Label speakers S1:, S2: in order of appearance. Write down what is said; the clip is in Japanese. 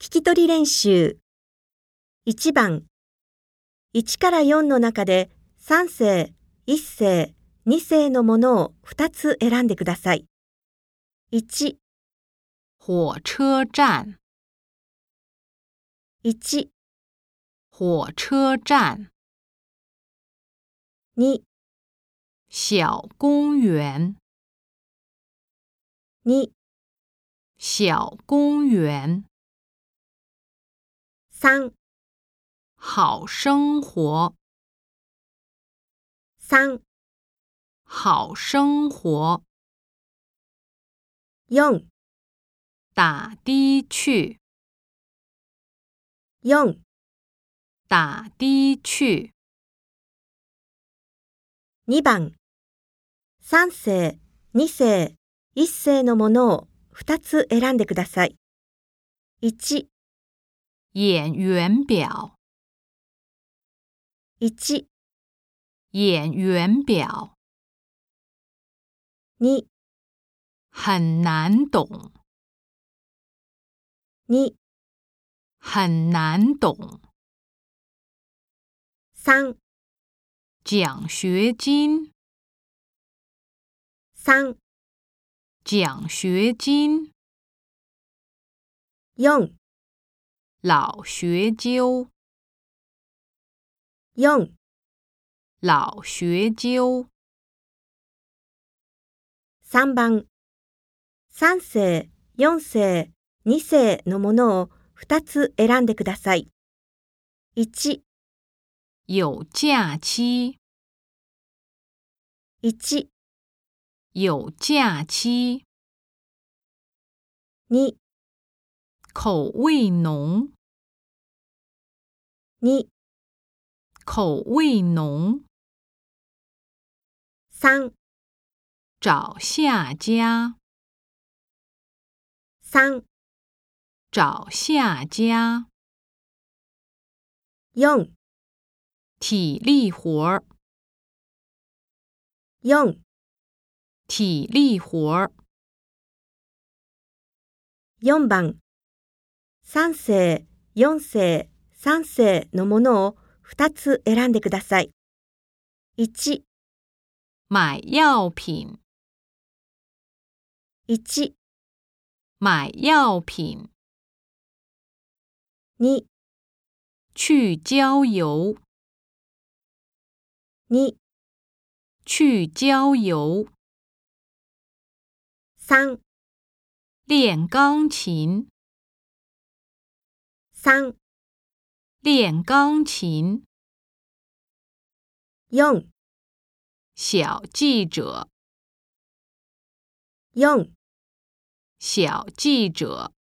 S1: 聞き取り練習。1番。1から4の中で3世、1世、2世のものを2つ選んでください。1、
S2: 火车站，
S1: 1、
S2: 火车站，
S1: 2、
S2: 小公园，
S1: 2、
S2: 小公园，
S1: 3、
S2: 好生活，
S1: 3、
S2: 好生活，
S1: 4、
S2: 打的去，
S1: 4、
S2: 打的去，
S1: 2番。3世、2世、1世のものを2つ選んでください。1、
S2: 演员表，
S1: 1、
S2: 演员表
S1: 2、
S2: 很难懂，
S1: 2、
S2: 很难懂，
S1: 3、
S2: 奖学金，
S1: 3、
S2: 奖学金，
S1: 4、
S2: 老学究，
S1: 4、
S2: 老学究。
S1: 3番。3世、4世、2世のものを2つ選んでください。1、
S2: 有假期，
S1: 1、
S2: 有假期。
S1: 2、
S2: 口味浓，
S1: 2、
S2: 口味浓。
S1: 3、
S2: 找下家，
S1: 3、
S2: 找下家。
S1: 4、
S2: 体力活儿，
S1: 4、
S2: 体力活儿。
S1: 4番。3世、4世、3世のものを2つ選んでください。1、
S2: 买药品，
S1: 1、
S2: 买药品。
S1: 2、
S2: 去郊游，
S1: 2、
S2: 去郊游。
S1: 3、
S2: 练钢琴，
S1: 3、
S2: 练钢琴。
S1: 4、
S2: 小记者，
S1: 4
S2: 小记者。